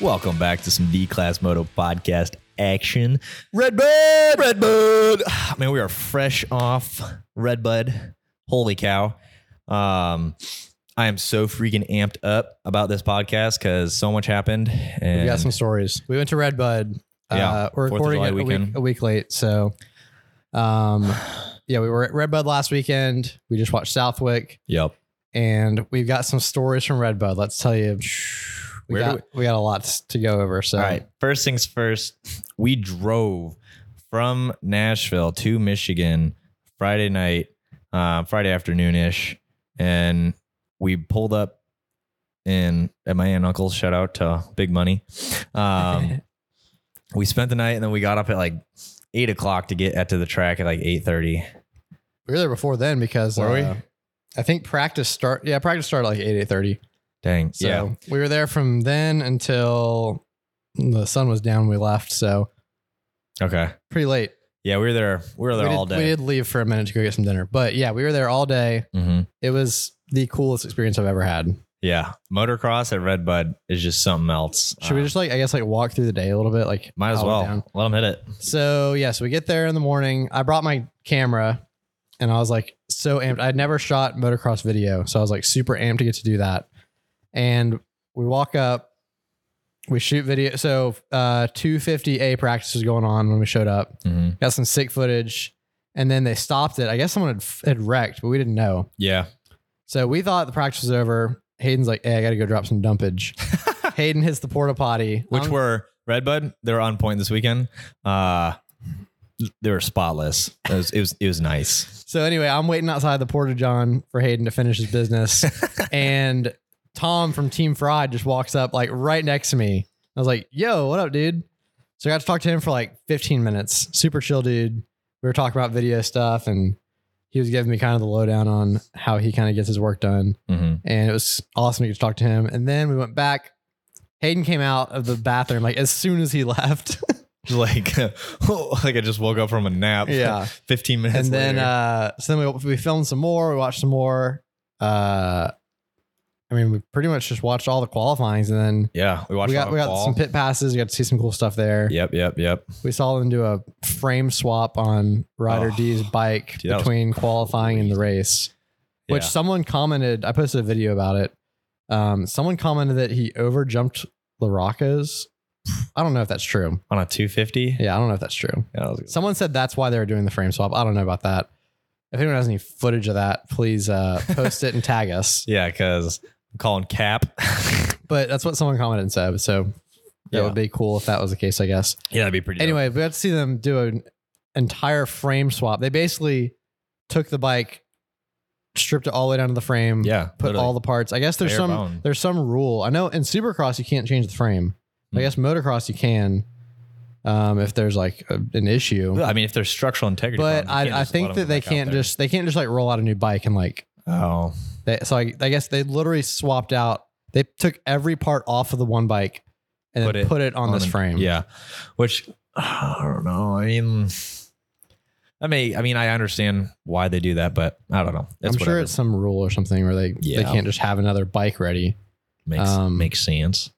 Welcome back to some D Class Moto podcast action. Redbud, Redbud. I mean, we are fresh off Redbud. Holy cow. Um, I am so freaking amped up about this podcast because so much happened. And We got some stories. We went to Redbud. Yeah, uh, we're Fourth of recording July it a week, weekend. a week late. So, um, yeah, we were at Redbud last weekend. We just watched Southwick, yep. and we've got some stories from Redbud. Let's tell you, we Where do got we got a lot to go over. So, All right. First things first, we drove from Nashville to Michigan Friday night, uh, Friday afternoon ish, and we pulled up in at my aunt and uncle's. Shout out to Big Money. Um, we spent the night, and then we got up at like eight o'clock to get at to the track at like eight thirty. we were there before then because uh, Were we? I think practice start. Yeah, practice started like eight eight thirty. Dang. So yeah. we were there from then until the sun was down. when We left. So Okay. pretty late. Yeah, we were there. We were there we did, all We day. did leave for a minute to go get some dinner, but yeah, we were there all day. hmm It was the coolest experience I've ever had. Yeah, motocross at Redbud is just something else. Should we Uh, just like I guess like walk through the day a little bit? Like might as how it well went down? let them hit it? So yeah, so we get there in the morning. I brought my camera, and I was like so amped. I'd never shot motocross video, so I was like super amped to get to do that. And we walk up, we shoot video. So uh, 250A practice was going on when we showed up. Mm-hmm. Got some sick footage, and then they stopped it. I guess someone had, had wrecked, but we didn't know. Yeah. So we thought the practice was over. Hayden's like, hey, I got to go drop some dumpage. Hayden hits the porta potty. Um, Which I'm- were Redbud, they were on point this weekend. Uh they were spotless. It was it was, it was nice. So anyway, I'm waiting outside the porta john for Hayden to finish his business, and Tom from Team Fried just walks up like right next to me. I was like, "Yo, what up, dude?" So I got to talk to him for like 15 minutes. Super chill dude. We were talking about video stuff, and he was giving me kind of the lowdown on how he kind of gets his work done. Mhm. and it was awesome to get to talk to him. And then we went back. Hayden came out of the bathroom like as soon as he left. Like like I just woke up from a nap. Yeah. 15 minutes and then later. uh so then we, we filmed some more, we watched some more. Uh I mean, we pretty much just watched all the qualifyings and then yeah, we watched we got Rock we got Wall. some pit passes, we got to see some cool stuff there. Yep, yep, yep. We saw them do a frame swap on Ryder Oh, D's bike dude, that was between qualifying and the race. which Yeah. someone commented. I posted a video about it. Um, someone commented that he overjumped LaRocca's. I don't know if that's true. on a 250. Yeah, I don't know if that's true. Yeah, that was- Someone said that's why they were doing the frame swap. I don't know about that. If anyone has any footage of that, please uh, post it and tag us. yeah, cuz I'm calling cap. But that's what someone commented and said. So that Yeah. would be cool if that was the case, I guess. yeah, that'd be pretty dope. Anyway, we got to see them do an entire frame swap. They basically took the bike, stripped it all the way down to the frame, yeah, put all the parts. I guess there's Bare some bone. there's some rule. I know in Supercross you can't change the frame. I Hmm. guess motocross you can, um, if there's like a, an issue. I mean, if there's structural integrity, But problem, you can't I, I just let think 'em that go they back out can't there. just they can't just like roll out a new bike and like Oh, they, so I, I guess they literally swapped out. They took every part off of the one bike and Put put it it, put it on, this an- frame. Yeah, which I don't know. I mean, I may. I mean, I understand why they do that, but I don't know. I'm It's sure whatever. it's some rule or something where they Yeah. they can't just have another bike ready. makes um, makes sense.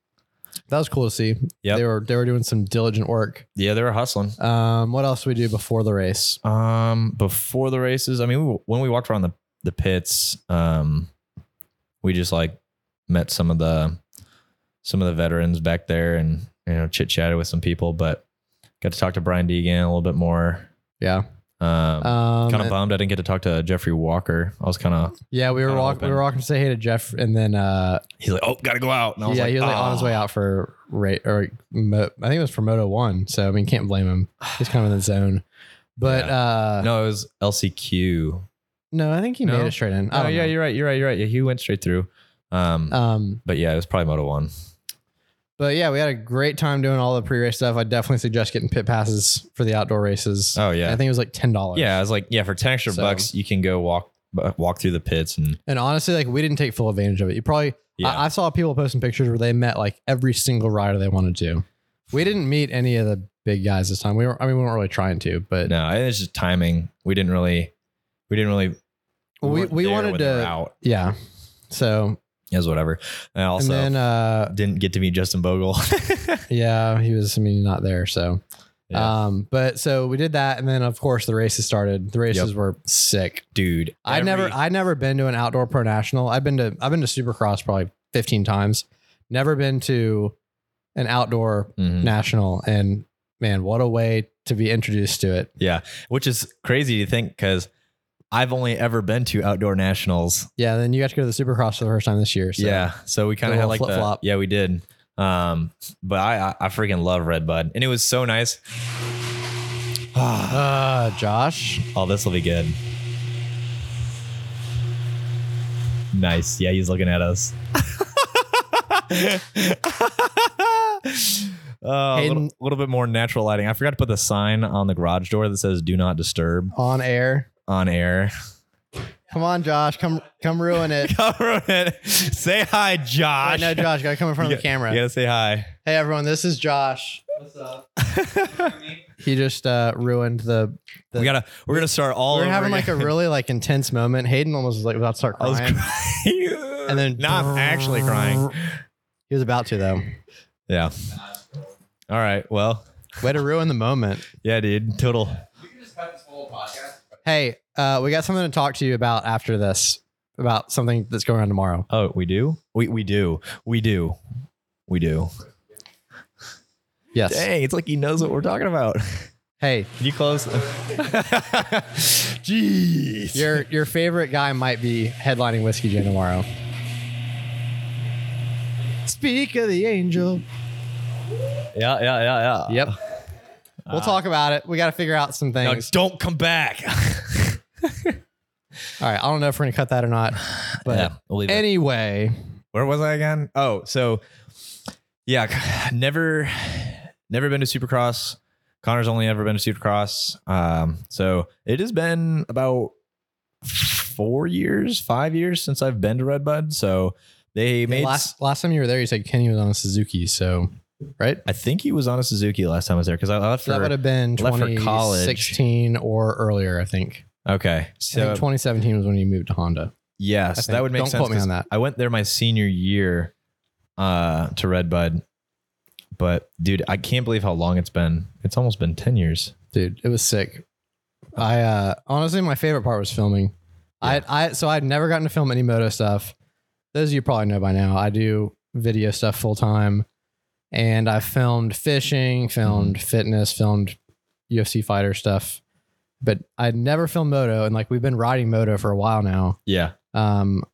That was cool to see. Yep. they were they were doing some diligent work. Yeah, they were hustling. Um, what else do we do before the race? Um, before the races, I mean, we, when we walked around the the pits, um, we just like met some of the some of the veterans back there, and you know, chit chatted with some people, but got to talk to Brian Deegan a little bit more. Yeah. Um, Um, kind of bummed I didn't get to talk to Jeffrey Walker. I was kind of Yeah, we were kinda walking. We were open. walking to say hey to Jeff, and then uh, He's like, oh, gotta go out. And I was yeah, like, he was like on his "Ah." way out for rate or Mo- I think it was for Moto One. So I mean, can't blame him. He's kind of in the zone. But uh, no. No, it was LCQ. I think he No? made it straight in. I Oh, don't yeah, you're right. You're right. You're right. Yeah, he went straight through. Um, know. Um, but yeah, it was probably Moto One. but yeah, we had a great time doing all the pre-race stuff. I definitely suggest getting pit passes for the outdoor races. Oh yeah, I think it was like ten dollars. yeah. I was like, yeah, for ten extra So- bucks, you can go walk bu- walk through the pits and and honestly, like we didn't take full advantage of it. You probably yeah, I, I saw people posting pictures where they met like every single rider they wanted to. We didn't meet any of the big guys this time. We were I mean, we weren't really trying to, but no, I think it's just timing. We didn't really, we didn't really. Well, we weren't we there wanted when they were to out. yeah so It was whatever. And I also and then uh didn't get to meet Justin Bogle. yeah, he was I mean not there, so Yeah. um but so we did that and then of course the races started. The races Yep. were sick. Dude, I never every- I never been to an outdoor pro national. I've been to I've been to Supercross probably 15 times. Never been to an outdoor Mhm. national and man, what a way to be introduced to it. Yeah, which is crazy to think because I've only ever been to outdoor nationals. Yeah, then you got to go to the Supercross for the first time this year. So yeah, so we kind of had little like the flip-flop. yeah we did. Um, but I I, I freaking love Red Bud, and it was so nice. Uh, Josh, Oh, this will be good. Nice. Yeah, he's looking at us. Uh, a little, Hayden- little bit more natural lighting. I forgot to put the sign on the garage door that says "Do not disturb" on air. on air. Come on, Josh, come come ruin it. Government, say hi, I Josh. know Josh, gotta come in front You of the got- camera. You gotta say hi. Hey everyone, this is Josh. What's up? He just uh, ruined the. we gotta. We're gonna start all. we were over having like a again. really like intense moment. Hayden almost was like about to start I was crying. crying, And then- not actually crying. he was about to though. Yeah. All right. Well. Way to ruin the moment. Yeah, dude. Total. Hey, uh, we got something to talk to you about after this. About something that's going on tomorrow. Oh, we do. We we do. We do. We do. Yes. Dang, it's like he knows what we're talking about. Hey, You close. Jeez. your your favorite guy might be headlining Whiskey Gin tomorrow. Speak of the angel. yeah, yeah, yeah, yeah. Yep. Ah. We'll talk about it. We got to figure out some Now, things. don't come back. All right. I don't know if we're gonna cut that or not, but yeah, we'll leave it. anyway, where was I again? Oh, so yeah, never, never been to Supercross. Connor's only ever been to Supercross. Um, so it has been about four years, five years since I've been to Red Bud. So they made. last last time you were there, you said Kenny was on a Suzuki, so right. I think he was on a Suzuki last time I was there because I left So that would for. have been left for college. 2016 or earlier, I think. Okay, I so think 2017 was when you moved to Honda. yes, think. that would make Don't sense. quote me 'cause on that. I went there my senior year uh, to Red Bud, but dude, I can't believe how long it's been. It's almost been ten years. Dude, it was sick. I uh, honestly, my favorite part was filming. I, I so I'd never gotten to film any moto stuff. Those of you probably know by now. I do video stuff full time, and I filmed fishing, filmed fitness, filmed UFC fighter stuff. But I'd never filmed moto, and like we've been riding moto for a while now. Yeah. Um,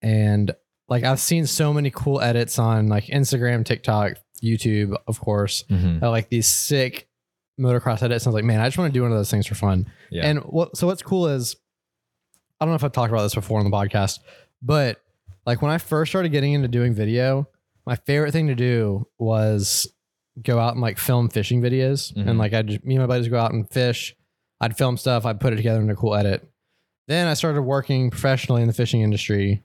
and like I've seen so many cool edits on like Instagram, TikTok, YouTube, of course. Mm-hmm. Uh, like these sick motocross edits. And I was like, man, I just want to do one of those things for fun. Yeah. And what so what's cool is I don't know if I've talked about this before on the podcast, but like when I first started getting into doing video, my favorite thing to do was go out and like film fishing videos. Mhm. And like I just me and my buddies go out and fish. I'd film stuff, I'd put it together in a cool edit. Then I started working professionally in the fishing industry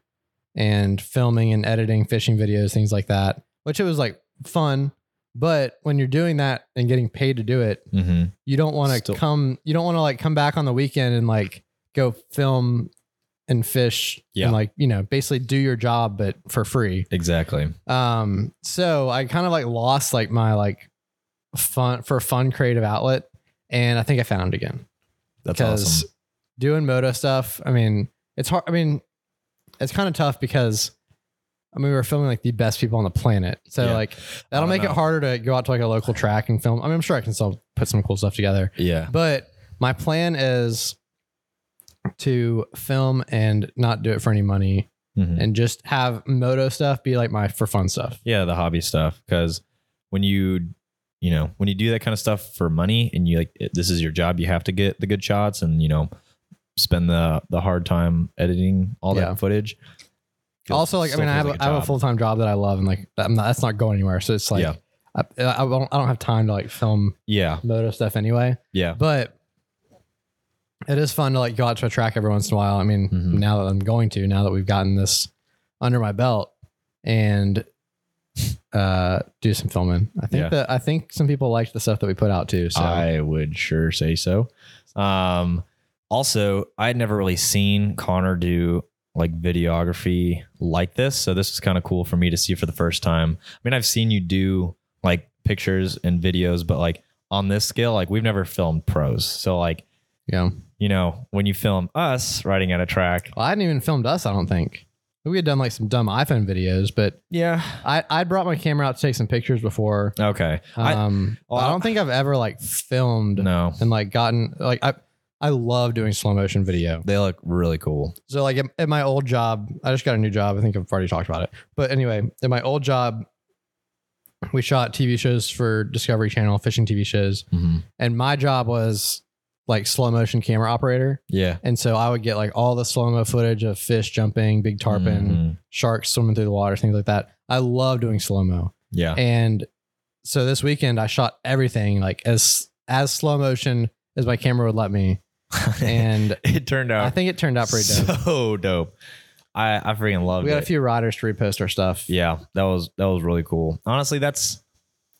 and filming and editing fishing videos, things like that, which it was like fun. But when you're doing that and getting paid to do it, Mm-hmm. you don't want to Still- come you don't want to like come back on the weekend and like go film and fish Yeah. and like you know basically do your job but for free Exactly. um so i kind of like lost like my like fun for fun creative outlet and i think i found it again That's because awesome. doing moto stuff i mean it's hard i mean it's kind of tough because i mean we were filming like the best people on the planet so Yeah. like I that'll don't make know. it harder to go out to like a local track and film i mean i'm sure i can still put some cool stuff together Yeah. but my plan is to film and not do it for any money Mhm. and just have moto stuff be like my for fun stuff. Yeah, the hobby stuff. Because when you, you know, when you do that kind of stuff for money, and you like it- this is your job, you have to get the good shots, and you know, spend the the hard time editing all Yeah. that footage. Feels- also, like, I still mean, I have, feels a like I have a job. full time job that I love and like, I'm not, that's not going anywhere. So it's like, Yeah. I, I, don't, I don't have time to like film Yeah. moto stuff anyway, Yeah. but it is fun to like go out to a track every once in a while. I mean, Mhm. now that I'm going to, now that we've gotten this under my belt and uh do some filming. I think Yeah. that I think some people liked the stuff that we put out too. So I would sure say so. Um, also, I had never really seen Connor do like videography like this. So this was kind of cool for me to see for the first time. I mean, I've seen you do like pictures and videos, but like on this scale, like we've never filmed pros. So like, Yeah. you know, when you film us riding at a track, Well, I hadn't even filmed us, I don't think. We had done like some dumb iPhone videos, but yeah, I, I brought my camera out to take some pictures before. okay, I Um, but I, well, don't think I've ever like filmed no, and like gotten like I I love doing slow motion video. they look really cool. So like at, at my old job, I just got a new job. I think I've already talked about it. But anyway, at my old job, we shot TV shows for Discovery Channel, fishing TV shows, Mm-hmm. and my job was like slow motion camera operator. Yeah, And so I would get like all the slow mo footage of fish jumping, big tarpon, Mhm. sharks swimming through the water, things like that. I love doing slow mo. Yeah, And so this weekend I shot everything like as as slow motion as my camera would let me. And it turned out I think it turned out pretty dope. so dope. I I freaking loved We it. got a few riders to repost our stuff. yeah that was that was really cool honestly that's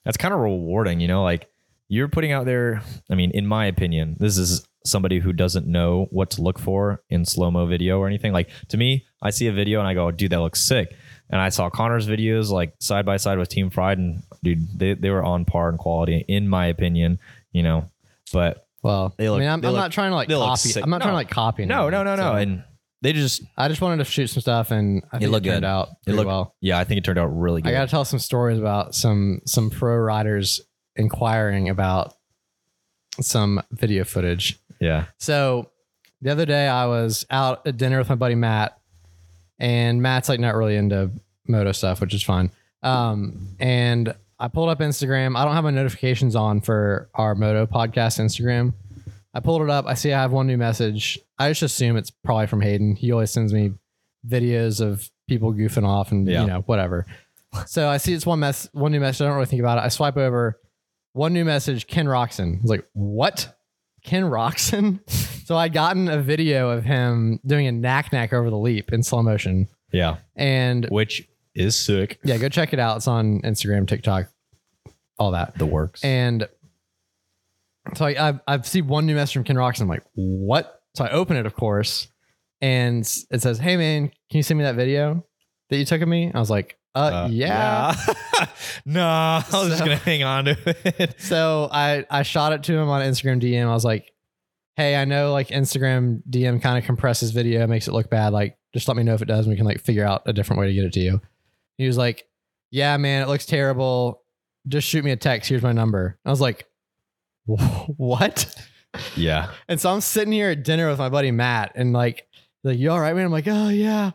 that's kind of rewarding you know like you're putting out there i mean in my opinion this is somebody who doesn't know what to look for in slow mo video or anything like to me i see a video and i go dude that looks sick and i saw connor's videos like side by side with team fried and dude they, they were on par in quality in my opinion you know but Well, They look- I mean, I'm, they I'm look- not trying to like they look copy. sick. I'm not No. trying to like copy. no no anyone. no no So and they just I just wanted to shoot some stuff, and I think it, looked turned good. out it pretty looked well. yeah i think it turned out really good I got to tell some stories about some some pro riders inquiring about some video footage. yeah So the other day I was out at dinner with my buddy Matt, and Matt's like not really into moto stuff, which is fine. Um, and I pulled up Instagram. I don't have my notifications on for our moto podcast Instagram. I pulled it up. I see I have one new message. I just assume it's probably from Hayden. He always sends me videos of people goofing off and Yeah. you know whatever. So I see it's one mess, one new message. I don't really think about it. I swipe over, one new message. Ken Roxon. I was like, what? Ken Roxon. so I gotten a video of him doing a knack knack over the leap in slow motion. yeah And which is sick yeah, go check it out. It's on Instagram, TikTok, all that. the works And so I, I've, I've seen one new message from Ken Roxon. I'm like, what? So I open it, of course, and it says, hey, man, can you send me that video that you took of me? I was like, uh, yeah. yeah. no, I was just So- gonna hang on to it. So I I shot it to him on Instagram DM. I was like, "Hey, I know like Instagram DM kind of compresses video, makes it look bad. Like, just let me know if it does, and we can like figure out a different way to get it to you." He was like, "Yeah, man, it looks terrible. Just shoot me a text. Here's my number." I was like, "Wh- "What?" Yeah, And so I'm sitting here at dinner with my buddy Matt, and like, like, you all right, man? I'm like, "Oh yeah,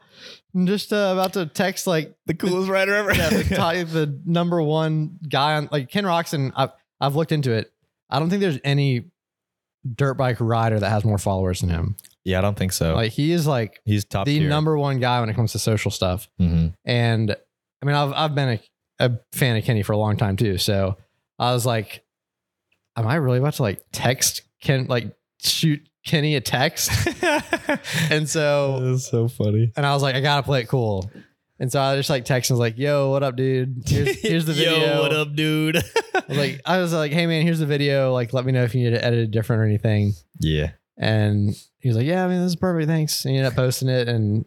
I'm just uh, about to text like the coolest writer ever. yeah, the, top, the number one guy on like Ken Roxon. I've I've looked into it. I don't think there's any dirt bike rider that has more followers than him. Yeah, I don't think so. Like he is like He's top the tier. number one guy when it comes to social stuff. Mhm. And I mean, I've I've been a, a fan of Kenny for a long time too. So I was like, am I really about to like text Ken like shoot Kenny a text? and so That's so funny. and I was like, I gotta play it cool. And so I just like texted, I was like, "Yo, what up, dude? Here's, here's the video." Yo, what up, dude? I was like, I was like, "Hey, man, here's the video. Like, let me know if you need to edit it different or anything." yeah, And he was like, "Yeah, I mean, this is perfect. Thanks." And he ended up posting it, and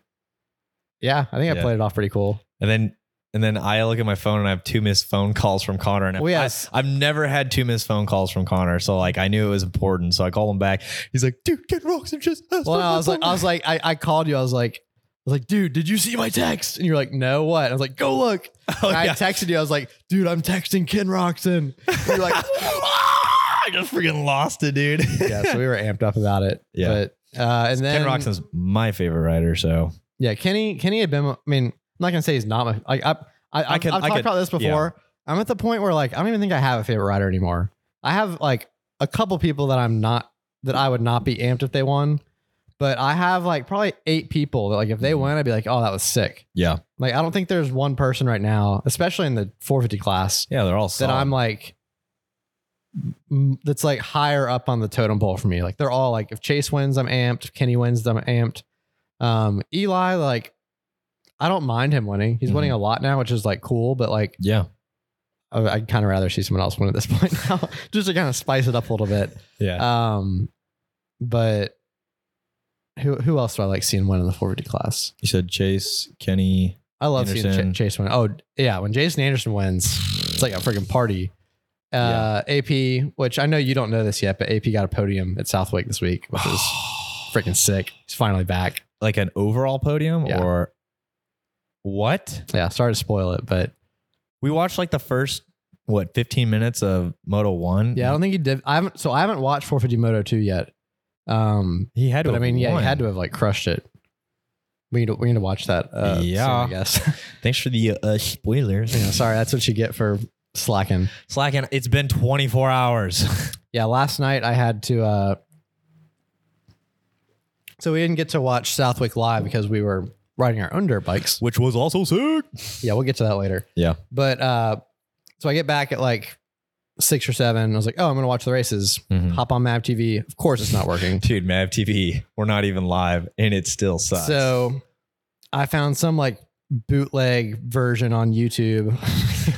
yeah, I think I Yeah. played it off pretty cool. and then and then I look at my phone and I have two missed phone calls from Connor. And Well, I, yes. I, have never had two missed phone calls from Connor, so like I knew it was important. So I called him back. He's like, "Dude, get rocks and just." Well, I was like, I was like, I, I called you. I was like, I was like, "Dude, did you see my text?" And you're like, "No, what?" I was like, "Go look." Oh, And I yeah. texted you. I was like, "Dude, I'm texting Ken Roxon." And you're like, I "Ah!" just freaking lost it, dude. yeah, so we were amped up about it. Yeah. But uh, and then Ken Roxon's my favorite writer, so Yeah, Kenny. Kenny had been. I mean, I'm not gonna say he's not my. I I I, I could- have I talked could- about this before. I'm at the point where like I don't even think I have a favorite rider anymore. I have like a couple people that I'm not that I would not be amped if they won, but I have like probably eight people that like if they Mhm. win, I'd be like, oh, that was sick. yeah, Like I don't think there's one person right now, especially in the 450 class, yeah, they're all that solid. I'm like m- that's like higher up on the totem pole for me. Like they're all like if Chase wins, I'm amped. If Kenny wins, I'm amped. Um Eli, like I don't mind him winning. He's winning a lot now, which is like cool, but like yeah, I- I'd kind of rather see someone else win at this point now, Uh, just to kind of spice it up a little bit. yeah. Um, but Um, who who else do I like seeing win in the 450 class? You said Chase, Kenny. I love seeing Anderson. Ch- Chase win. Oh yeah, when Jason Anderson wins, it's like a freaking party. Uh, AP, which I know you don't know this yet, but AP got a podium at Southwick this week, which is freaking sick. He's finally back. like an overall podium Yeah. or what? Yeah, sorry to spoil it, but We watched like the first what 15 minutes of Moto 1. yeah, I don't think he did. I haven't. So I haven't watched 450 Moto 2 yet. Um, He had to but I have mean, yeah, won. he had to have like crushed it. We need to, we need to watch that. Uh, soon, Yeah. I guess. Thanks for the uh, spoilers. you know, sorry, that's what you get for slacking. Slacking. It's been 24 hours. Yeah, last night I had to. Uh, so we didn't get to watch Southwick live because we were riding our own dirt bikes. which was also sick. Yeah, we'll get to that later. Yeah. But uh, so I get back at like six or seven. I was like, oh, I'm going to watch the races. Hop on Map TV. Of course, it's not working. Dude, Mav TV, we're not even live and it still sucks. So I found some like bootleg version on YouTube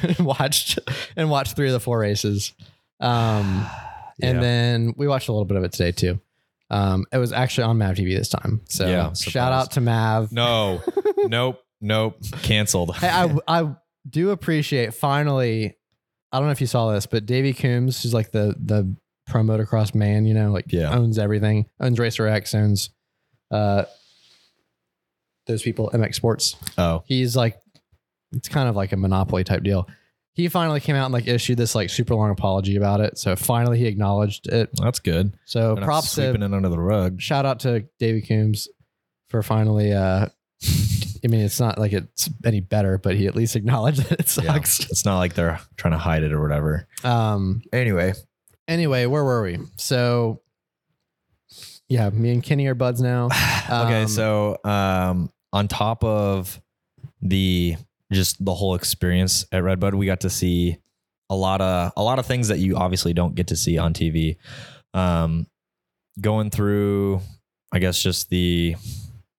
and watched and watched three of the four races. Um, and Yeah. then we watched a little bit of it today too. Um, it was actually on Mav TV this time. So Yeah, shout out to Mav. no, nope, nope, canceled. Hey, I I do appreciate finally. I don't know if you saw this, but Davey Coombs, who's like the the pro motocross man, you know, like Yeah. owns everything, owns Racer X, owns uh, those people, MX Sports. oh, he's like it's kind of like a monopoly type deal he finally came out and like issued this like super long apology about it so finally he acknowledged it that's good. so We're not props to sweeping it under the rug. shout out to davy coombs for finally uh i mean it's not like it's any better but he at least acknowledged that it Yeah. sucks It's not like they're trying to hide it or whatever. um Anyway, anyway where were we so yeah me and kenny are buds now okay, Um, so um, on top of the just the whole experience at Redbud, we got to see a lot of a lot of things that you obviously don't get to see on TV. Um, going through, I guess, just the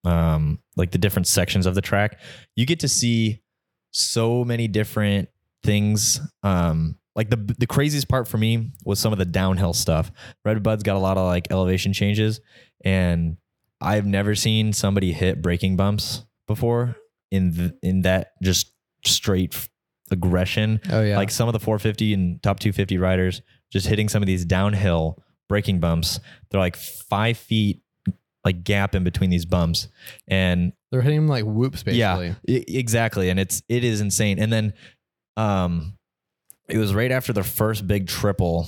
um, like the different sections of the track, you get to see so many different things. Um, like the the craziest part for me was some of the downhill stuff. Redbud's got a lot of like elevation changes, and I've never seen somebody hit braking bumps before in th- in that just straight f- aggression. oh yeah Like some of the 450 and top 250 riders just hitting some of these downhill braking bumps. They're like five feet like gap in between these bumps, and they're hitting him like whoops basically I- exactly, and it's it is insane. And then, um, it was right after the first big triple,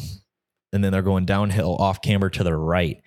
and then they're going downhill off camber to the right,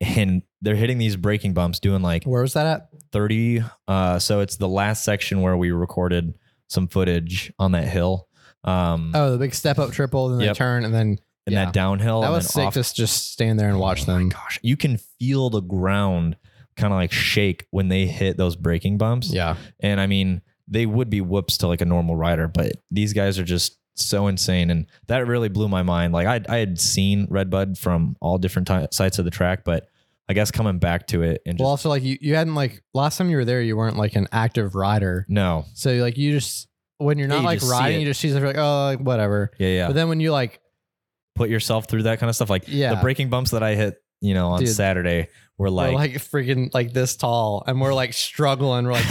and they're hitting these braking bumps, doing like where was that at 30 uh so it's the last section where we recorded some footage on that hill um oh the big step up triple then Yep. they turn and then and yeah. that downhill that and was then sick off- Oh just just stand there and watch them gosh you can feel the ground kind of like shake when they hit those braking bumps yeah and i mean they would be whoops to like a normal rider but these guys are just so insane and that really blew my mind like i, I had seen redbud from all different ty sites of the track but i guess coming back to it and just well also like you, you hadn't like last time you were there you weren't like an active rider no so like you just when you're Yeah, not you like just see riding it. you just see something like oh like, whatever yeah yeah but then when you like put yourself through that kind of stuff. Like Yeah. the breaking bumps that I hit, you know, on Dude. Saturday were like, like, we're like freaking like this tall and we're like struggling we're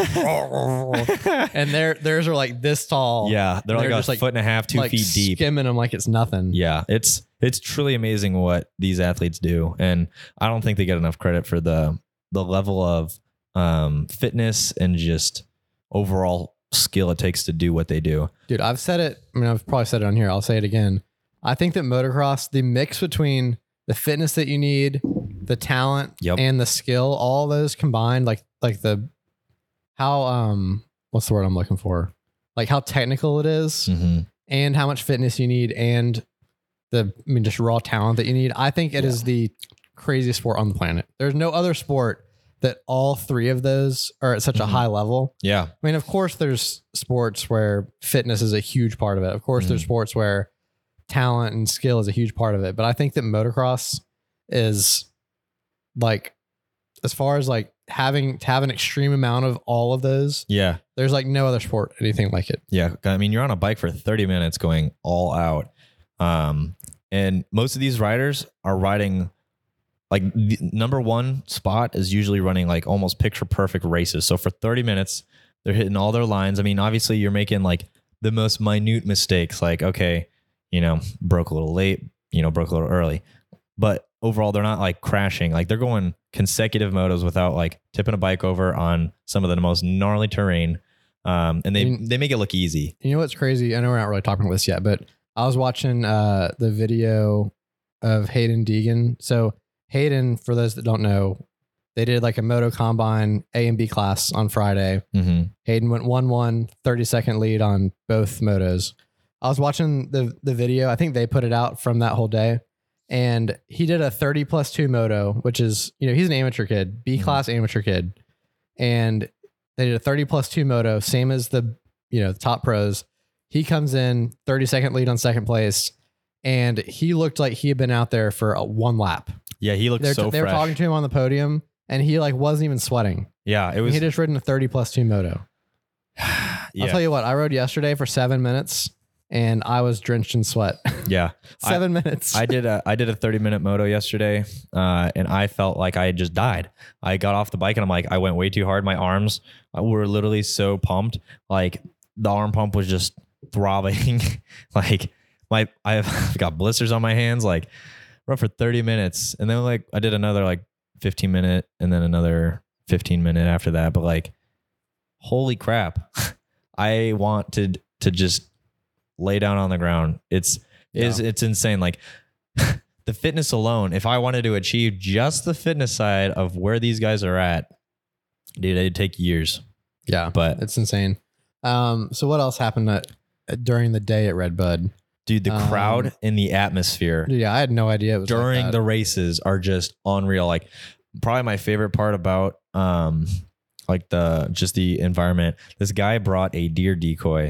like and their theirs are like this tall yeah, they're, They're like a just like- foot and a half, two like feet deep. skimming them like it's nothing Yeah, it's it's truly amazing what these athletes do, and I don't think they get enough credit for the the level of um, fitness and just overall skill it takes to do what they do. Dude, I've said it. I mean, I've probably said it on here. I'll say it again. I think that motocross, the mix between the fitness that you need, the talent, Yep. and the skill, all those combined, like like the how um what's the word I'm looking for? Like how technical it is Mm-hmm. and how much fitness you need and the I mean just raw talent that you need. I think it is the craziest sport on the planet. There's no other sport that all three of those are at such Mhm. a high level. Yeah, I mean, of course, there's sports where fitness is a huge part of it. Of course, there's Mhm. sports where talent and skill is a huge part of it. But I think that motocross is like, as far as like having to have an extreme amount of all of those, yeah, there's like no other sport anything like it. Yeah, I mean, you're on a bike for 30 minutes going all out. Um, and most of these riders are riding like the number one spot is usually running like almost picture perfect races. So for 30 minutes, they're hitting all their lines. I mean, obviously you're making like the most minute mistakes, like, okay, you know, broke a little late, you know, broke a little early. But overall, they're not like crashing. Like they're going consecutive motos without like tipping a bike over on some of the most gnarly terrain. Um, and they, I mean- they make it look easy. You know what's crazy? I know we're not really talking about this yet, but I was watching uh, the video of Hayden Deegan. So Hayden, for those that don't know, they did like a moto combine A and B class on Friday. Mm-hmm. Hayden went 1 1, 30 second lead on both motos. I was watching the, the video. I think they put it out from that whole day. And he did a 30 plus two moto, which is, you know, he's an amateur kid, B Mhm. class amateur kid. And they did a 30 plus two moto, same as the, you know, the top pros. He comes in 30 second lead on second place. And he looked like he had been out there for a, one lap. Yeah, he looked They're, so they were fresh. talking to him on the podium and he like wasn't even sweating. yeah, it was. he had just ridden a 30 plus two moto. yeah, I'll tell you what, I rode yesterday for seven minutes and I was drenched in sweat. yeah. I- seven minutes. I did a I did a 30 minute moto yesterday, uh, and I felt like I had just died. I got off the bike and I'm like, I went way too hard. My arms uh, were literally so pumped, like the arm pump was just throbbing. like my I've got blisters on my hands. Like run for 30 minutes, and then like I did another like 15 minute, and then another 15 minute after that. But like, holy crap, I wanted to just lay down on the ground. It's is it's insane. Like the fitness alone, if I wanted to achieve just the fitness side of where these guys are at, dude, it'd take years. yeah, But it's insane. Um, so what else happened at, during the day at Red Bud? dude, the Um, crowd and the atmosphere Yeah, I had no idea it was like during that. the races are just unreal. Like probably my favorite part about um like the just the environment. This guy brought a deer decoy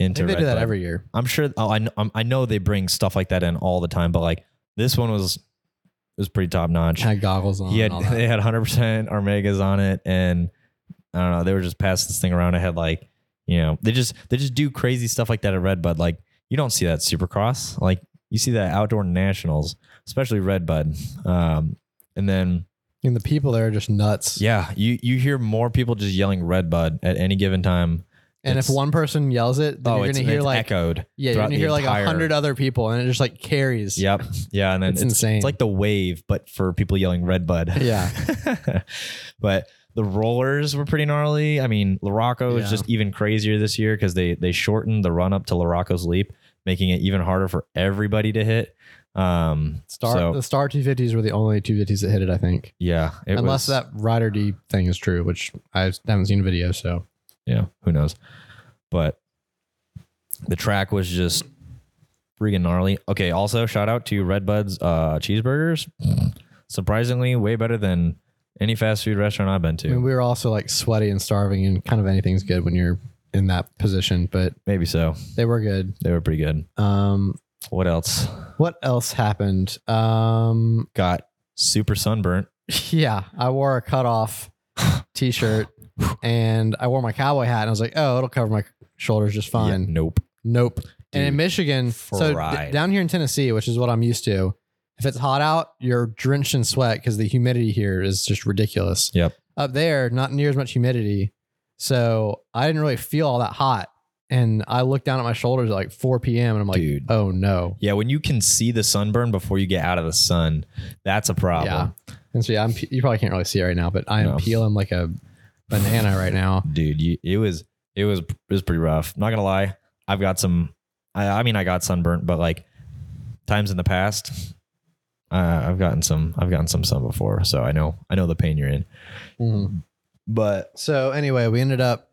I into think they Red do that Bud. every year. I'm sure. Oh, I know, I know they bring stuff like that in all the time, but like this one was it was pretty top notch. Had goggles on. He had and all that. they had 100% Armegas on it, and I don't know. They were just passing this thing around. I had like, you know, they just they just do crazy stuff like that at Red Bud. Like you don't see that at Supercross. Like you see that outdoor nationals, especially Red Bud. Um, and then and the people there are just nuts. yeah, you you hear more people just yelling Red Bud at any given time. and if it's- one person yells it, then oh, you're it's, gonna hear it's like echoed. yeah, you're throughout gonna the hear like entire- a hundred other people, and it just like carries. Yep. Yeah. And then It's it's, insane. It's like the wave, but for people yelling Red Bud. Yeah. but the rollers were pretty gnarly. I mean, Larocco Yeah. is just even crazier this year because they they shortened the run up to Larocco's leap, making it even harder for everybody to hit. Um, Star so, the Star 250s were the only 250s that hit it, I think. yeah, it was, Unless that Rider D thing is true, which I haven't seen a video, so yeah, who knows? But the track was just freaking gnarly. Okay, also shout out to Red Bud's uh, cheeseburgers. Surprisingly, way better than any fast food restaurant I've been to. I mean, we were also like sweaty and starving, and kind of anything's good when you're in that position, but Maybe so. they were good. They were pretty good. Um, What else? what else happened? Um, Got super sunburnt. yeah, I wore a cutoff t shirt and I wore my cowboy hat, and I was like, oh, it'll cover my shoulders just fine. Yeah, nope. Nope. and in Dude, Michigan, so d- fried. down here in Tennessee, which is what I'm used to, if it's hot out, you're drenched in sweat because the humidity here is just ridiculous. Yep. Up there, not near as much humidity. So I didn't really feel all that hot. And I looked down at my shoulders at like 4 p.m. and I'm like, Dude. oh no. Yeah, when you can see the sunburn before you get out of the sun, that's a problem. Yeah. And so, yeah, I'm, pe- you probably can't really see it right now, but I am No. peeling like a banana right now. Dude, you, it was it was it was pretty rough. Not gonna lie, I've got some. I, I mean, I got sunburnt, but like times in the past, uh, I've gotten some. I've gotten some sun before, so I know I know the pain you're in. Mm-hmm. Mhm. But So anyway, we ended up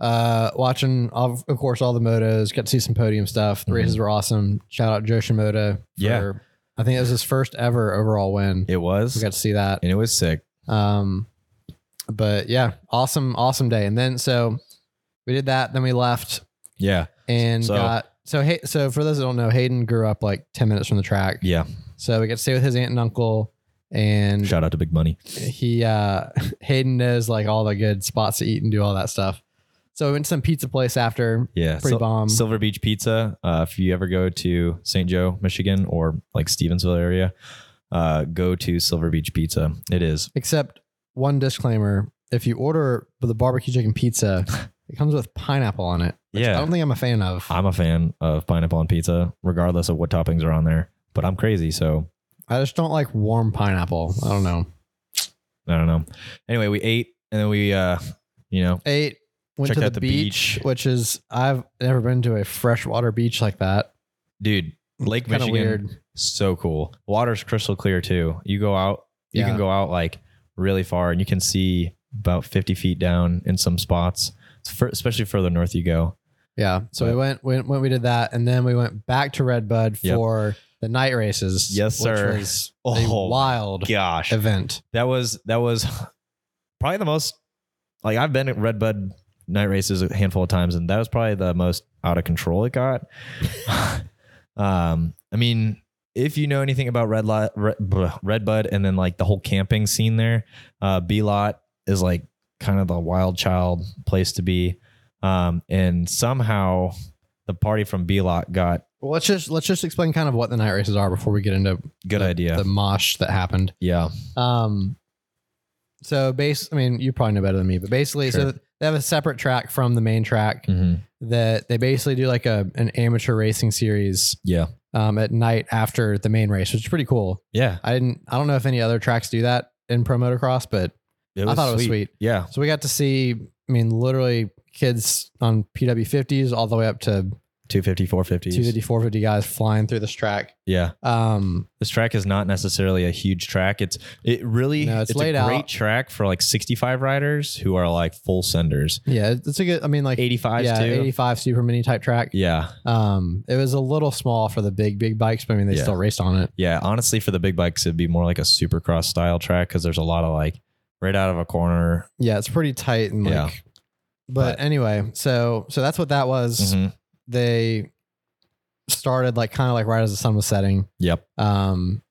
uh watching of, of course all the motos, got to see some podium stuff. The Mhm. races were awesome. Shout out Joe Shimoda. for- Yeah. I think it was his first ever overall win. it was We got to see that. and it was sick. Um but yeah, awesome, awesome day. And then so we did that, then we left Yeah, and So- got so hey so for those that don't know, Hayden grew up like ten minutes from the track. yeah. So we got to stay with his aunt and uncle and Shout out to Big Money. he uh Hayden knows like all the good spots to eat and do all that stuff. So we went to some pizza place after. Yeah, Pretty bomb. Silver Beach Pizza. Uh, if you ever go to St. Joe, Michigan, or like Stevensville area, uh, go to Silver Beach Pizza. It is. Except one disclaimer: if you order the barbecue chicken pizza, it comes with pineapple on it. Which Yeah. I don't think I'm a fan of. I'm a fan of pineapple on pizza, regardless of what toppings are on there. But I'm crazy, so I just don't like warm pineapple. I don't know. I don't know. Anyway, we ate and then we, uh, you know, Eight went checked to the, out the beach, beach. which is I've never been to a freshwater beach like that. dude, Lake Kind of Michigan, weird. so cool. Water's crystal clear too. You go out, you Yeah. can go out like really far, and you can see about 50 feet down in some spots, It's fur- especially further north you go. Yeah. So we But- went, went went we did that, and then we went back to Redbud Yep. for the night races. Yes, which sir. was Oh, a wild Gosh, event. that was that was probably the most like I've been at Red Bud night races a handful of times, and that was probably the most out of control it got. um, I mean, if you know anything about Red Lot, Red, bleh, Red Bud, and then like the whole camping scene there, uh, B Lot is like kind of the wild child place to be. Um, and somehow the party from B Lot got Well, let's just let's just explain kind of what the night races are before we get into good the, idea. the mosh that happened. yeah. Um, so base, I mean, you probably know better than me, but basically, Sure. so they have a separate track from the main track hmm that they basically do like a an amateur racing series Yeah. um, at night after the main race, which is pretty cool. Yeah. I didn't, I don't know if any other tracks do that in pro motocross, but It I thought it was sweet. Yeah. So we got to see, I mean, literally kids on PW50s all the way up to 250, 450s. 250, 450 guys flying through this track. Yeah. Um, this track is not necessarily a huge track. It's it really No, it's, it's laid a out. great track for like 65 riders who are like full senders. yeah, it's a good, I mean, like 85s yeah, too. 85 super mini type track. yeah. Um, it was a little small for the big, big bikes, but I mean, they Yeah. still raced on it. Yeah, honestly for the big bikes it'd be more like a supercross style track cuz there's a lot of like right out of a corner. Yeah, it's pretty tight and like. Yeah. But, But- anyway, so so that's what that was. Mhm. They started like kind of like right as the sun was setting. Yep. Um,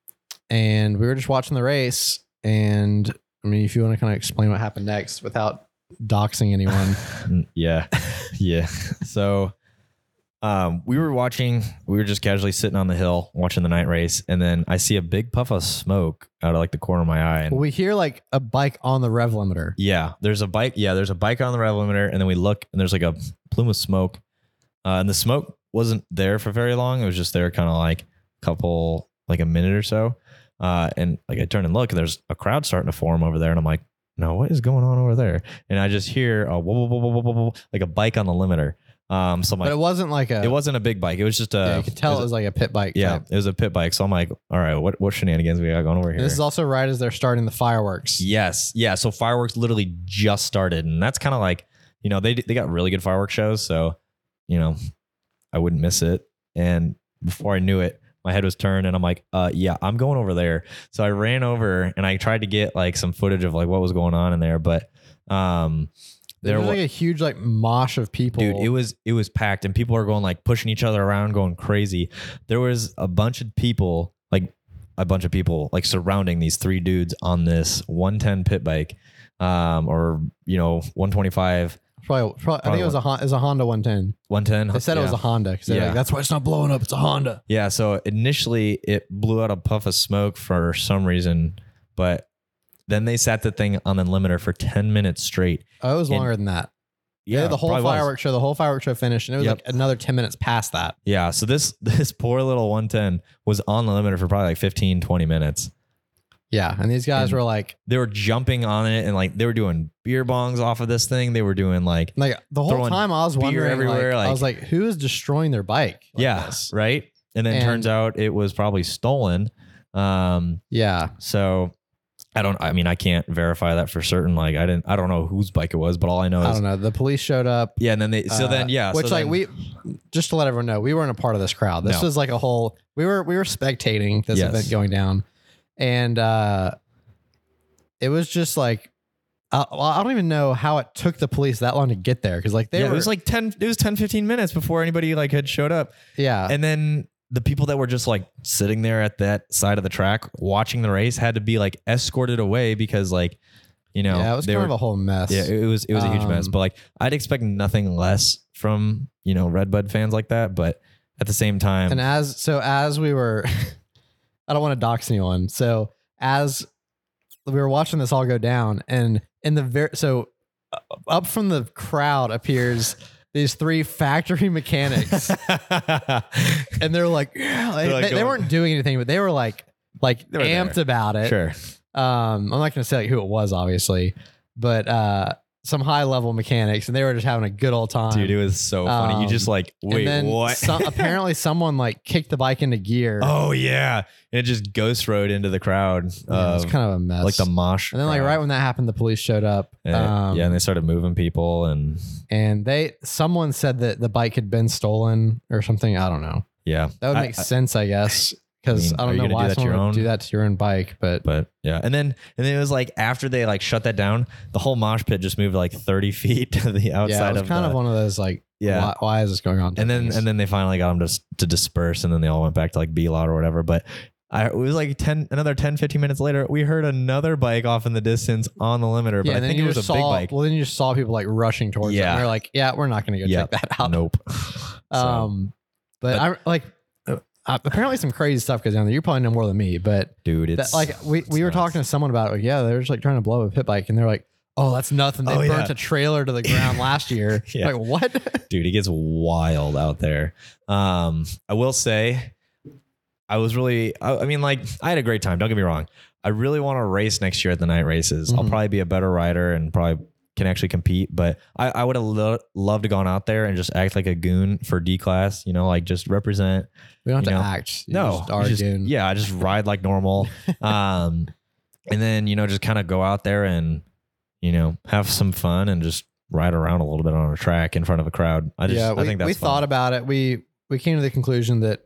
and we were just watching the race. And I mean, if you want to kind of explain what happened next without doxing anyone, Mm, yeah. yeah. So um we were watching we were just casually sitting on the hill watching the night race and then I see a big puff of smoke out of like the corner of my eye and well, we hear like a bike on the rev limiter. Yeah, there's a bike. Yeah, there's a bike on the rev limiter, and then we look, and there's like a plume of smoke, uh, and the smoke wasn't there for very long. It was just there, kind of like a couple, like a minute or so. Uh, and like I turn and look, and there's a crowd starting to form over there, and I'm like, no, what is going on over there? And I just hear a whoa, whoa, whoa, whoa, whoa, whoa, whoa, like a bike on the limiter. Um, so I'm but like, it wasn't like a. it wasn't a big bike. It was just a. yeah, you could tell it a- was like a pit bike. yeah, type. it was a pit bike. So I'm like, all right, what what shenanigans we got going over here? And this is also right as they're starting the fireworks. Yes, yeah. So fireworks literally just started, and that's kind of like you know they they got really good fireworks shows, so you know I wouldn't miss it. And before I knew it, my head was turned, and I'm like, uh, yeah, I'm going over there. So I ran over and I tried to get like some footage of like what was going on in there, but um, There there was was. like a huge like mosh of people. Dude, it was it was packed, and people are going like pushing each other around, going crazy. There was a bunch of people, like a bunch of people, like surrounding these three dudes on this 110 pit bike, um, or you know 125, probably, probably, I think it was a Hon- it was a Honda 110. 110. They said it was Yeah. a Honda because yeah. Yeah. like, that's why it's not blowing up. It's a Honda. Yeah, so initially it blew out a puff of smoke for some reason, but then they sat the thing on the limiter for 10 minutes straight. Oh, it was And- longer than that. Yeah, Yeah, the whole probably was. fireworks show, the whole fireworks show finished, and it was Yep. like another 10 minutes past that. Yeah, so this this poor little 110 was on the limiter for probably like 15 20 minutes. Yeah, and these guys And- were like, they were jumping on it and like they were doing beer bongs off of this thing. They were doing like, like the whole Throwing time I was beer wondering, everywhere, like, like- I was like, who is destroying their bike? like yeah, this? right. And then And- turns out it was probably stolen. Um, yeah. so I don't. I mean, I can't verify that for certain. Like, I didn't. I don't know whose bike it was, but all I know I is don't know. The police showed up. yeah. And then they. So uh, then yeah. which so like then- we, just to let everyone know, we weren't a part of this crowd. This No. was like a whole. We were we were spectating this Yes. event going down, and uh it was just like, I, well, I don't even know how it took the police that long to get there because like they yeah, were it was like 10 it was 10 15 minutes before anybody like had showed up yeah and then the people that were just like sitting there at that side of the track watching the race had to be like escorted away because like you know yeah it was they kind were of a whole mess. Yeah, it was it was a huge mess. Um, But like, I'd expect nothing less from you know Redbud fans like that. But at the same time, and as so as we were I don't want to dox anyone. So as we were watching this all go down, and in the very so uh, up from the crowd appears these three factory mechanics, and they're like, yeah, they, They're like they- they going- weren't doing anything, but they were like like They were there. amped about it. sure. Um, I'm not gonna say like, who it was, obviously, but uh, some high level mechanics, and they were just having a good old time. Dude, it was so funny. you just Um, like, And wait, then what? some- apparently, someone like kicked the bike into gear. oh yeah. And it just ghost rode into the crowd. Yeah, it's of, kind of a mess. Um, like the mosh. and then like crowd. right when that happened, the police showed up. Yeah, um, yeah, and they started moving people, and and they someone said that the bike had been stolen or something. I don't know. yeah, That would I- make I- sense, I guess, because mean, I, are you don't gonna know do why that to someone your would own- do that to your own bike, but but yeah, and then and then it was like after they like shut that down, the whole mosh pit just moved like thirty feet to the yeah, outside it was of kind the, of one of those like, yeah. why, why is this going on? And then things. and then they finally got them to s- to disperse, and then they all went back to like B lot or whatever. But I, it was like ten another 10, 15 minutes later, we heard another bike off in the distance on the limiter, but yeah, I and then think you it was a just saw, big bike. Well, then you just saw people like rushing towards yeah. Yeah. them. They're like, yeah, we're not going to go Yeah. check that out. Nope. So, Um, but, I like uh, apparently some crazy stuff goes down there. You probably know more than me, but dude, that, it's like we, it's we were nuts. talking to someone about it. Like, yeah, they're just like trying to blow up a pit bike, and they're like, oh, that's nothing. They Oh, burnt yeah. a trailer to the ground last year. Yeah. Like what? dude it gets wild out there um i will say i was really i, I mean like i had a great time don't get me wrong i really want to race next year at the night races i'll Mhm. probably be a better rider and probably can actually compete but i, I would have lo- loved to gone out there and just act like a goon for d class you know like just represent we don't have You to know, act. You no just are you just- doing- yeah i just ride like normal um and then you know just kind of go out there and you know have some fun and just ride around a little bit on a track in front of a crowd i just yeah, we, i think that's we fun. thought about it. We we came to the conclusion that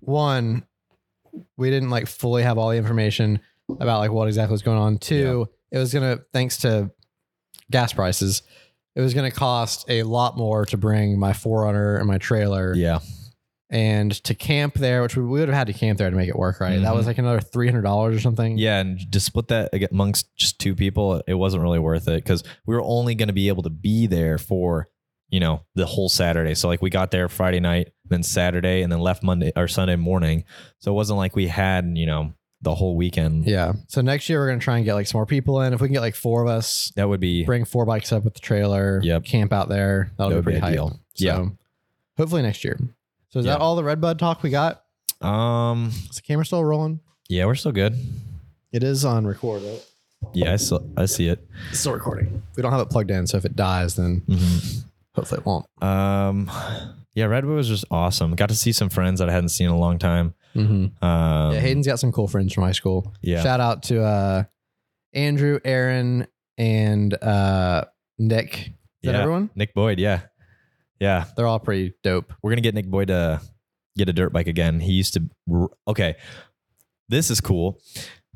one, we didn't like fully have all the information about like what exactly was going on. Two, it was gonna thanks to gas prices, it was gonna cost a lot more to bring my forerunner and my trailer yeah and to camp there, which we would have had to camp there to make it work, right? That Mhm. was like another three hundred dollars or something. Yeah, and to split that ag- amongst just two people, it wasn't really worth it because we were only going to be able to be there for you know the whole Saturday. So like we got there Friday night, then Saturday, and then left Monday or Sunday morning. So it wasn't like we had you know the whole weekend. Yeah. So next year we're gonna try and get like some more people in. If we can get like four of us, that would be bring four bikes up with the trailer, Yep. camp out there. That'll That be would be pretty hype. ideal. So Yeah. hopefully next year. So is Yeah. that all the Redbud talk we got? um Is the camera still rolling? yeah we're still good. It is on record. Right? Yeah, I still, I see it. It's still recording. We don't have it plugged in, so if it dies, then Mhm. hopefully it won't. Um yeah, Redwood was just awesome. Got to see some friends that I hadn't seen in a long time. Um, yeah, Hayden's got some cool friends from high school. yeah. Shout out to uh, Andrew, Aaron, and uh, Nick. Is that Yeah. everyone? Nick Boyd. Yeah, yeah. They're all pretty dope. we're gonna get Nick Boyd to get a dirt bike again. He used to. Okay, this is cool.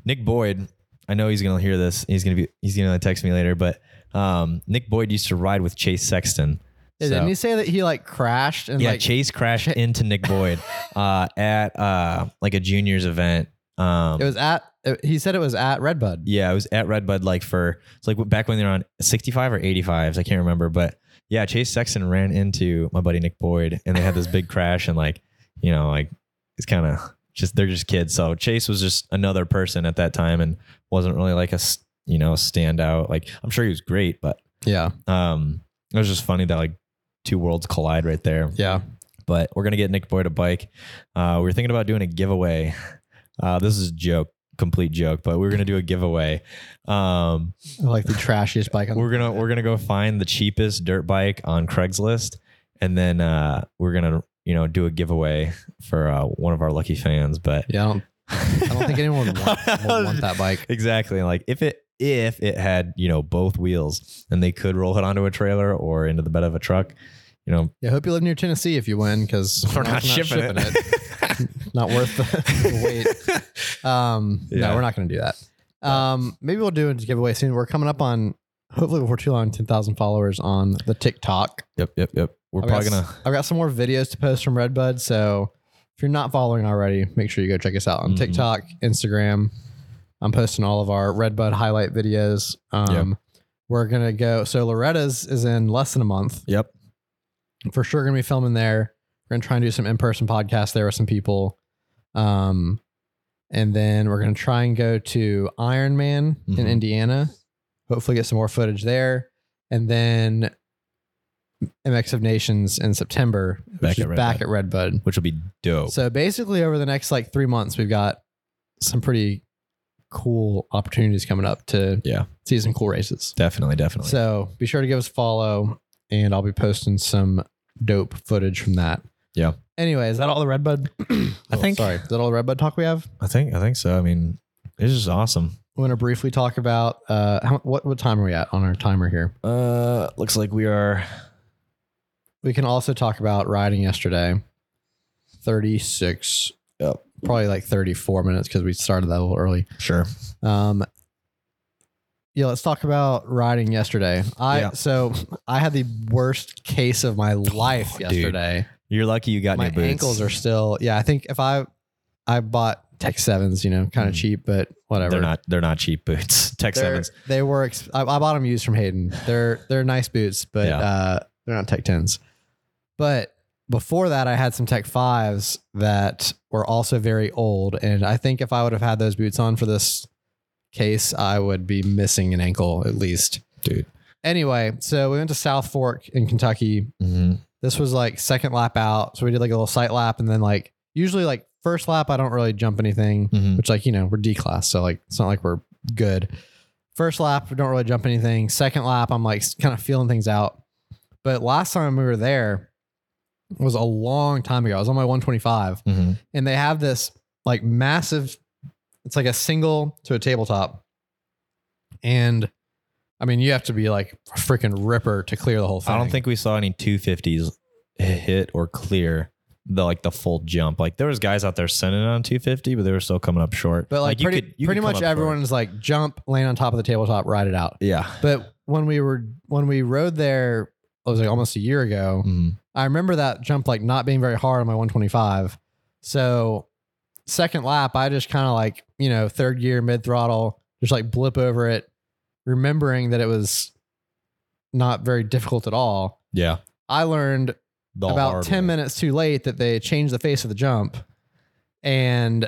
Nick Boyd. I know he's gonna hear this. He's gonna be. He's gonna text me later. But um, Nick Boyd used to ride with Chase Sexton. Yeah, So- Didn't he say that he like crashed and yeah, like Chase crashed into Nick Boyd uh, at uh, like a juniors event. Um, it was at? He said it was at Redbud. yeah, I was at Redbud like for it's like back when they were on 65 or 85s. I can't remember, but yeah, Chase Sexton ran into my buddy Nick Boyd, and they had this big crash, and like you know, like it's kind of just they're just kids. So Chase was just another person at that time, and wasn't really like a s- you know standout. Like I'm sure he was great, but Yeah, um, it was just funny that like two worlds collide right there yeah. but we're gonna get Nick Boyd a bike. Uh, we were thinking about doing a giveaway. Uh, this is a joke, complete joke, but we are gonna do a giveaway. Um, like the trashiest bike. On we're gonna we're gonna go find the cheapest dirt bike on Craigslist, and then uh, we're gonna you know do a giveaway for uh, one of our lucky fans. But yeah, I don't, I don't think anyone would want, would want that bike. exactly like if it if it had you know both wheels and they could roll it onto a trailer or into the bed of a truck, you know Yeah, hope you live near Tennessee if you win, because we're not, shipping, it. not worth the, the wait. Um, Yeah. No, we're not going to do that. Um, maybe we'll do a giveaway soon. We're coming up on hopefully before too long, ten thousand followers on the TikTok. Yep, yep, yep. We're I've got probably s- gonna. I've got some more videos to post from Redbud, so if you're not following already, make sure you go check us out on Mhm. TikTok, Instagram. I'm posting all of our Redbud highlight videos. Um, We're gonna go. So Loretta's is in less than a month. Yep. For sure, gonna be filming there. We're gonna try and do some in person podcasts there with some people. Um, And then we're going to try and go to Iron Man in Mhm. Indiana. Hopefully, get some more footage there. And then MX of Nations in September, which Back is at Red back Bud. Oh. at Red Bud. which will be dope. So basically, over the next like three months, we've got some pretty cool opportunities coming up to Yeah. see some cool races. definitely, definitely. So be sure to give us a follow, and I'll be posting some dope footage from that. Yeah. Oh, Anyway, is that all the Redbud? I think- Sorry, is that all the Redbud talk we have? I think I think so. I mean, it's just awesome. We want to briefly talk about uh, how, what what time are we at on our timer here? Uh, looks like we are. We can also talk about riding yesterday. Thirty six. Yep. Probably like thirty four minutes because we started that a little early. Sure. Um, yeah, let's talk about riding yesterday. I Yeah. so I had the worst case of my life dude. yesterday. You're lucky you got my new boots. ankles are still. Yeah, I think if I I bought Tech Sevens, you know, kind of Mm. cheap, but whatever. They're not. They're not cheap boots. Tech They're- sevens. They were. Ex- I, I bought them used from Hayden. They're they're nice boots, but Yeah. uh, they're not Tech Tens. But before that, I had some Tech Fives that were also very old, and I think if I would have had those boots on for this case, I would be missing an ankle at least. Dude. Anyway, so we went to South Fork in Kentucky Mm-hmm. this was like second lap out. So we did like a little sight lap and then like usually like first lap I don't really jump anything, Mm-hmm. which like, you know, we're D class, so like it's not like we're good. First lap, we don't really jump anything. Second lap, I'm like kind of feeling things out. But last time we were there was a long time ago. I was on my 125 Mm-hmm. and they have this like massive it's like a single to a tabletop and i mean you have to be like a freaking ripper to clear the whole thing I don't think we saw any 250s hit or clear the like the full jump. Like there was guys out there sending it on 250, but they were still coming up short. But like, you pretty, could- you pretty could come much up short. everyone is like jump, land on top of the tabletop, ride it out. Yeah. But when we were when we rode there, it was like almost a year ago. Mhm. I remember that jump like not being very hard on my 125. So second lap, I just kind of like you know third gear, mid throttle, just like blip over it, remembering that it was not very difficult at all. Yeah. I learned The about hard 10 way. minutes too late that they changed the face of the jump and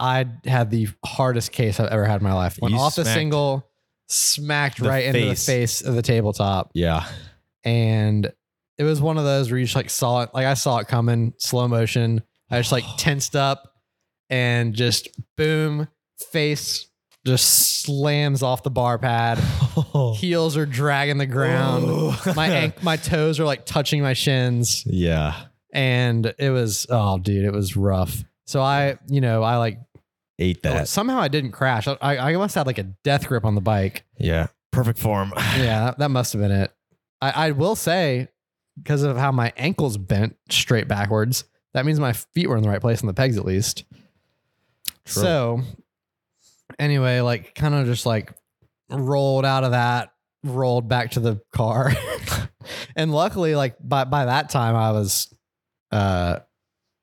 i had the hardest case i've ever had in my life went You off the smacked single smacked the right into the face. face of the tabletop Yeah. and it was one of those where you just like saw it like i saw it coming slow motion i just like tensed up and just boom face just slams off the bar pad heels are dragging the ground Oh. my ank- my toes are like touching my shins Yeah. and it was oh dude it was rough so i you know i like Ate that. somehow i didn't crash i, I must have had like a death grip on the bike Yeah. Perfect form. yeah that, that must have been it i, I will say because of how my ankles bent straight backwards that means my feet were in the right place on the pegs at least True. so anyway like kind of just like rolled out of that rolled back to the car and luckily like by, by that time i was uh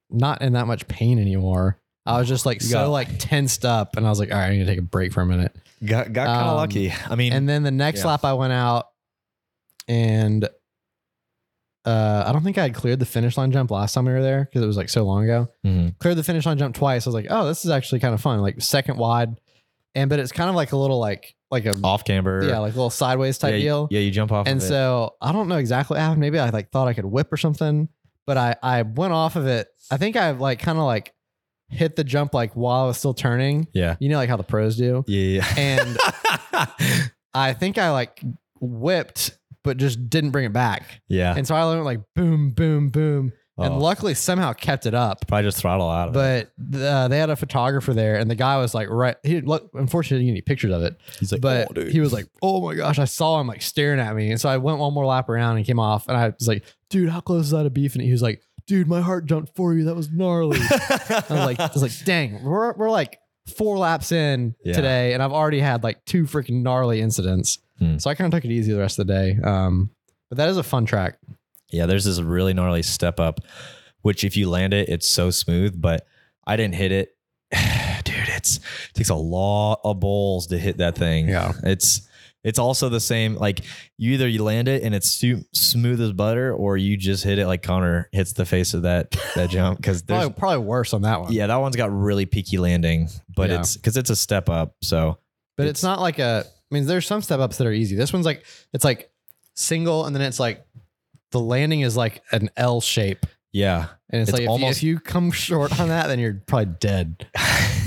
not in that much pain anymore i was just like You so got- like tensed up and i was like all right i need to take a break for a minute Got got kind of Um, lucky. I mean, and then the next Yeah. lap I went out and uh, I don't think I had cleared the finish line jump last time we were there because it was like so long ago. Mhm. Cleared the finish line jump twice. I was like, oh, this is actually kind of fun. Like second wide. And but it's kind of like a little like like a off camber. yeah, like a little sideways type yeah, you- deal. Yeah, you jump off. and of it. so I don't know exactly what happened. Maybe I like thought I could whip or something, but I I went off of it. I think I like kind of like hit the jump like while I was still turning. Yeah. You know like how the pros do. Yeah. And Yeah. I think I like whipped, but just didn't bring it back. yeah. And so I went like boom, boom, boom, and Oh, luckily somehow kept it up. probably just throttle out of it. But uh, they had a photographer there, and the guy was like, right. He look, unfortunately, didn't get any pictures of it, He's like, but "Oh, dude." he was like, "Oh my gosh!" I saw him like staring at me, and so I went one more lap around and came off, and I was like, "Dude, how close is that to beef?" And he was like, "Dude, my heart jumped for you. That was gnarly." I was like, I was like, dang, we're, we're like four laps in Yeah. today, and I've already had like two freaking gnarly incidents. Hmm. So I kind of took it easy the rest of the day. Um, but that is a fun track. Yeah, there's this really gnarly step up, which if you land it, it's so smooth, but I didn't hit it. Dude, it's it takes a lot of balls to hit that thing. Yeah. It's It's also the same. Like you either you land it and it's su- smooth as butter, or you just hit it like Connor hits the face of that that jump because there's Probably, probably worse on that one. yeah that one's got really peaky landing, but Yeah. it's because it's a step up. So But it's, not like a. I mean, there's some step ups that are easy. This one's like it's like single, and then it's like the landing is like an L shape, yeah, and it's, It's like almost- almost, if you come short on that, then you're probably dead.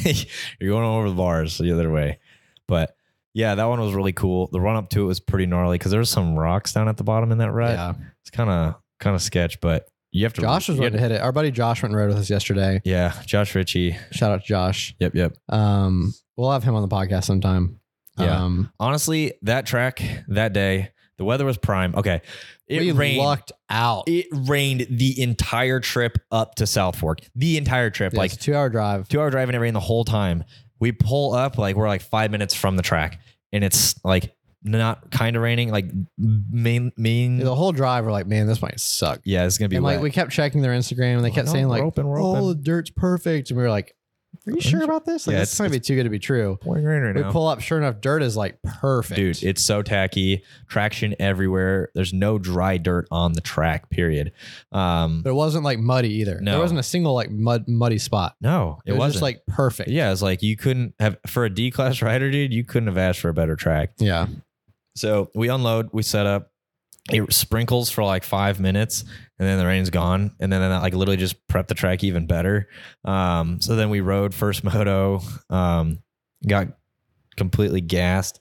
you're going over the bars the other way. But yeah, that one was really cool. The run up to it was pretty gnarly because there was some rocks down at the bottom in that rut. Yeah. It's kind of kind of sketch, but you have to. Josh was you ready to had- hit it. Our buddy Josh went and rode with us yesterday. Yeah, Josh Ritchie. Shout out to Josh. Yep, yep. Um, we'll have him on the podcast sometime. Yeah. Um, Honestly, that track that day, the weather was prime. Okay, it we rained. lucked out. It rained the entire trip up to South Fork. The entire trip, Yeah, like it's a two hour drive. two hour drive and it rained the whole time. We pull up, like we're like five minutes from the track, and it's like not kind of raining, like main main. The whole drive, we're like, man, this might suck. Yeah, it's gonna Mm. be And like wet. we kept checking their Instagram, and they kept No, saying we're like, open, we're "Oh, open. the dirt's perfect," and we were like, "Are you sure about this? Like, Yeah, this it's- is gonna be too good to be true." pouring rain right We now. pull up, sure enough, dirt is like perfect, Dude, it's so tacky. Traction everywhere. There's no dry dirt on the track. Period. Um, but it wasn't like muddy either. No. There wasn't a single like mud muddy spot. no, It, it, was wasn't. just like perfect. yeah, it's like you couldn't have for a D class rider, dude. You couldn't have asked for a better track. yeah. So we unload, we set up. It sprinkles for like five minutes, and then the rain's gone, and then that like literally just prepped the track even better. Um, so then we rode first moto, um, got completely gassed,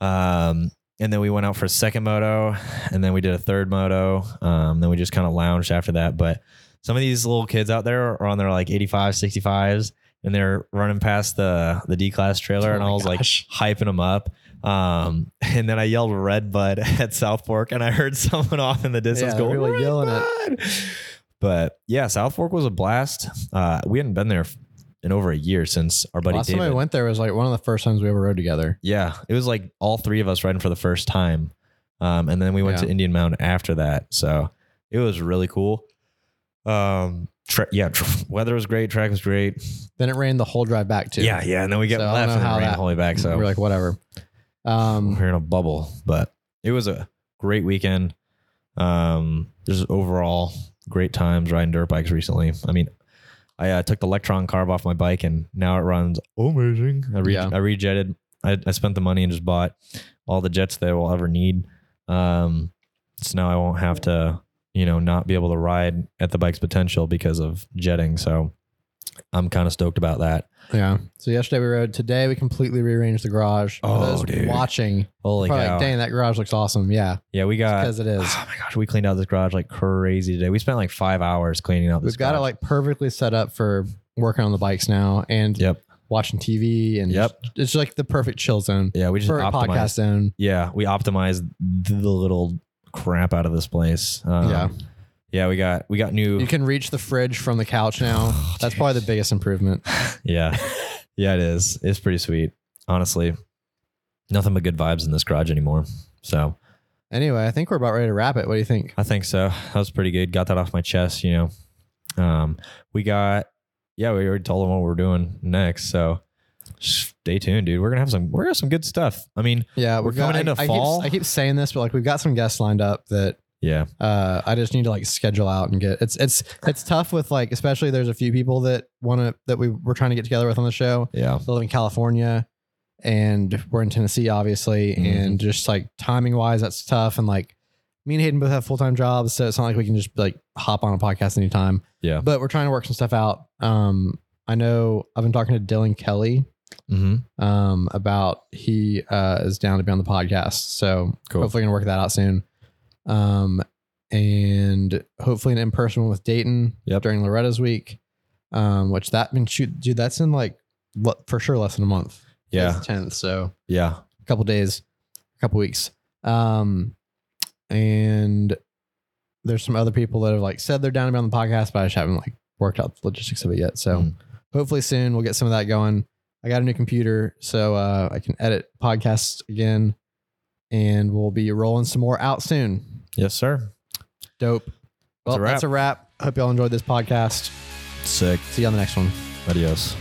um, and then we went out for a second moto, and then we did a third moto. Um, then we just kind of lounged after that. But some of these little kids out there are on their like 85, 65s, and they're running past the the D class trailer, Oh and I my was like gosh. hyping them up. Um, and then I yelled Red Bud at South Fork, and I heard someone off in the distance Yeah, go, they were "Red yelling Bud!" But yeah, South Fork was a blast. Uh, we hadn't been there in over a year since our buddy Last David. time I went there was like one of the first times we ever rode together. Yeah, it was like all three of us riding for the first time, um, and then we went Yeah. to Indian Mound after that. So it was really cool. Um, tra- yeah, tr- weather was great, track was great. Then it rained the whole drive back too. Yeah, yeah, and then we get So I don't left know and it how rained that- the whole way back. So we're like, whatever. Um, we're in a bubble, but it was a great weekend. Um, just overall great times riding dirt bikes recently. I mean, I uh, took the Electron carb off my bike and now it runs amazing. I re- Yeah. I rejetted. I, I spent the money and just bought all the jets that I will ever need. Um, so now I won't have to, you know, not be able to ride at the bike's potential because of jetting. So I'm kind of stoked about that. Yeah. So yesterday we rode. Today we completely rearranged the garage. For Oh, those dude. watching, Holy probably cow! like, dang, that garage looks awesome. Yeah, yeah, we got because it is. Oh my gosh, we cleaned out this garage like crazy today. We spent like five hours cleaning out this. We've got it garage. like perfectly set up for working on the bikes now and Yep. watching TV and Yep. it's like the perfect chill zone, Yeah, we just perfect optimized. podcast zone. Yeah, we optimized the little crap out of this place. Um, Yeah. yeah, we got we got new. You can reach the fridge from the couch now. Oh, That's dude. probably the biggest improvement. yeah, yeah, it is. It's pretty sweet, honestly. Nothing but good vibes in this garage anymore. So Anyway, I think we're about ready to wrap it. What do you think? I think so. That was pretty good. Got that off my chest. You know, um, we got. Yeah, we already told them what we're doing next. So stay tuned, dude. We're gonna have some. We're gonna have some good stuff. I mean, Yeah, We're we've got- coming I- into I keep- fall. I keep saying this, but like we've got some guests lined up that yeah, uh i just need to like schedule out and get it's it's it's tough with like especially there's a few people that want to that we were trying to get together with on the show yeah. they live in california and we're in tennessee obviously Mhm. and just like timing wise that's tough and like me and hayden both have full-time jobs so it's not like we can just like hop on a podcast anytime Yeah. but we're trying to work some stuff out um i know i've been talking to dylan kelly Mm-hmm. um, about he uh, is down to be on the podcast. So Cool. hopefully, gonna work that out soon. Um, and hopefully an in person one with Dayton Yep. during Loretta's week. Um, which that been shoot, dude, that's in like le- for sure less than a month. Yeah. tenth. So Yeah. a couple days, a couple weeks. Um, and there's some other people that have like said they're down to be on the podcast, but I just haven't like worked out the logistics of it yet. So Mm. hopefully soon we'll get some of that going. I got a new computer, so uh, I can edit podcasts again, and we'll be rolling some more out soon. Yes, sir. Dope. Well, a that's a wrap. Hope y'all enjoyed this podcast. Sick. See you on the next one. Adios.